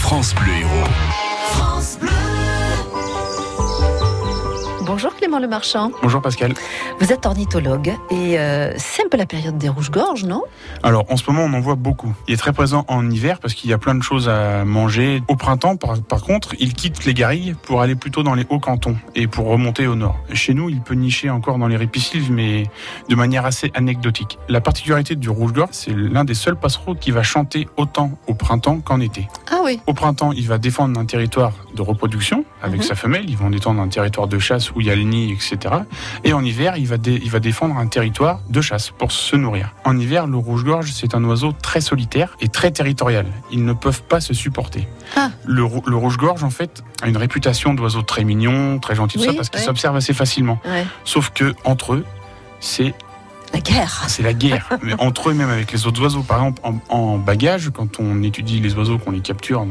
France Bleu Héros. Bonjour Clément Le Marchand. Bonjour Pascal. Vous êtes ornithologue et euh, c'est un peu la période des rouges-gorges, non Alors en ce moment on en voit beaucoup. Il est très présent en hiver parce qu'il y a plein de choses à manger. Au printemps par, par contre il quitte les garrigues pour aller plutôt dans les hauts cantons et pour remonter au nord. Chez nous il peut nicher encore dans les ripisylves mais de manière assez anecdotique. La particularité du rouge-gorge c'est l'un des seuls passereaux qui va chanter autant au printemps qu'en été. Ah oui. Au printemps, il va défendre un territoire de reproduction avec Mhm. sa femelle. Ils vont défendre un territoire de chasse où il y a le nid, etc. Et en hiver, il va, dé- il va défendre un territoire de chasse pour se nourrir. En hiver, le rouge-gorge, c'est un oiseau très solitaire et très territorial. Ils ne peuvent pas se supporter. Ah. Le, rou- le rouge-gorge, en fait, a une réputation d'oiseau très mignon, très gentil, tout Oui, ça, parce qu'il ouais. s'observe assez facilement. Ouais. Sauf que, entre eux, c'est La guerre. c'est la guerre. Mais entre eux, même avec les autres oiseaux, par exemple, en, en bagage, quand on étudie les oiseaux, qu'on les capture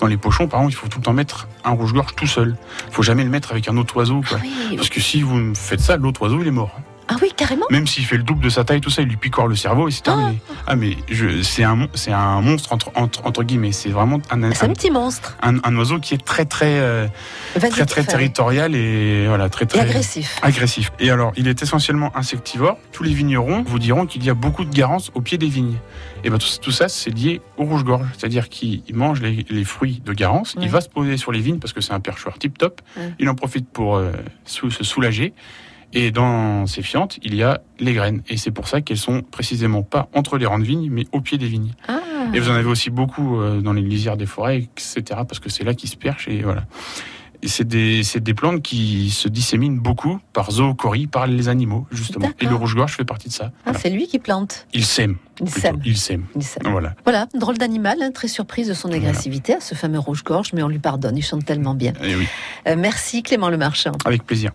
dans les pochons, par exemple, il faut tout le temps mettre un rouge-gorge tout seul. Il faut jamais le mettre avec un autre oiseau. Ah Quoi. oui. Parce que si vous me faites ça, l'autre oiseau, il est mort. Ah oui, carrément. Même s'il fait le double de sa taille, tout ça, il lui picore le cerveau et c'est terminé. Ah, mais je- c'est un, mon- c'est un monstre, entre, entre, entre guillemets. C'est vraiment un, un, C'est un petit monstre. un- un oiseau qui est très, très, euh, très, Vas-y, très fais. territorial et voilà, très, Et très agressif. agressif. Et alors, il est essentiellement insectivore. Tous les vignerons vous diront qu'il y a beaucoup de garance au pied des vignes. Et bien tout, tout ça, c'est lié au rouge-gorge. C'est-à-dire qu'il mange les, les fruits de garance, Ouais. il va se poser sur les vignes parce que c'est un perchoir tip-top. Ouais. Il en profite pour euh, sou- se soulager. Et dans ces fientes, il y a les graines. Et c'est pour ça qu'elles sont précisément pas entre les rangs de vignes, mais au pied des vignes. Ah. Et vous en avez aussi beaucoup euh, dans les lisières des forêts, etc. Parce que c'est là qu'ils se perchent et voilà. Et c'est des, c'est des plantes qui se disséminent beaucoup par zoochorie, par les animaux, justement. D'accord. Et le rouge-gorge fait partie de ça. Ah, Voilà. c'est lui qui plante. Il sème. Il plutôt. sème. Il sème. Il sème. Voilà. Voilà, drôle d'animal, hein, très surprise de son Voilà. agressivité à ce fameux rouge-gorge, mais on lui pardonne, il chante tellement bien. Et oui, Euh, merci Clément Le Marchand. avec plaisir.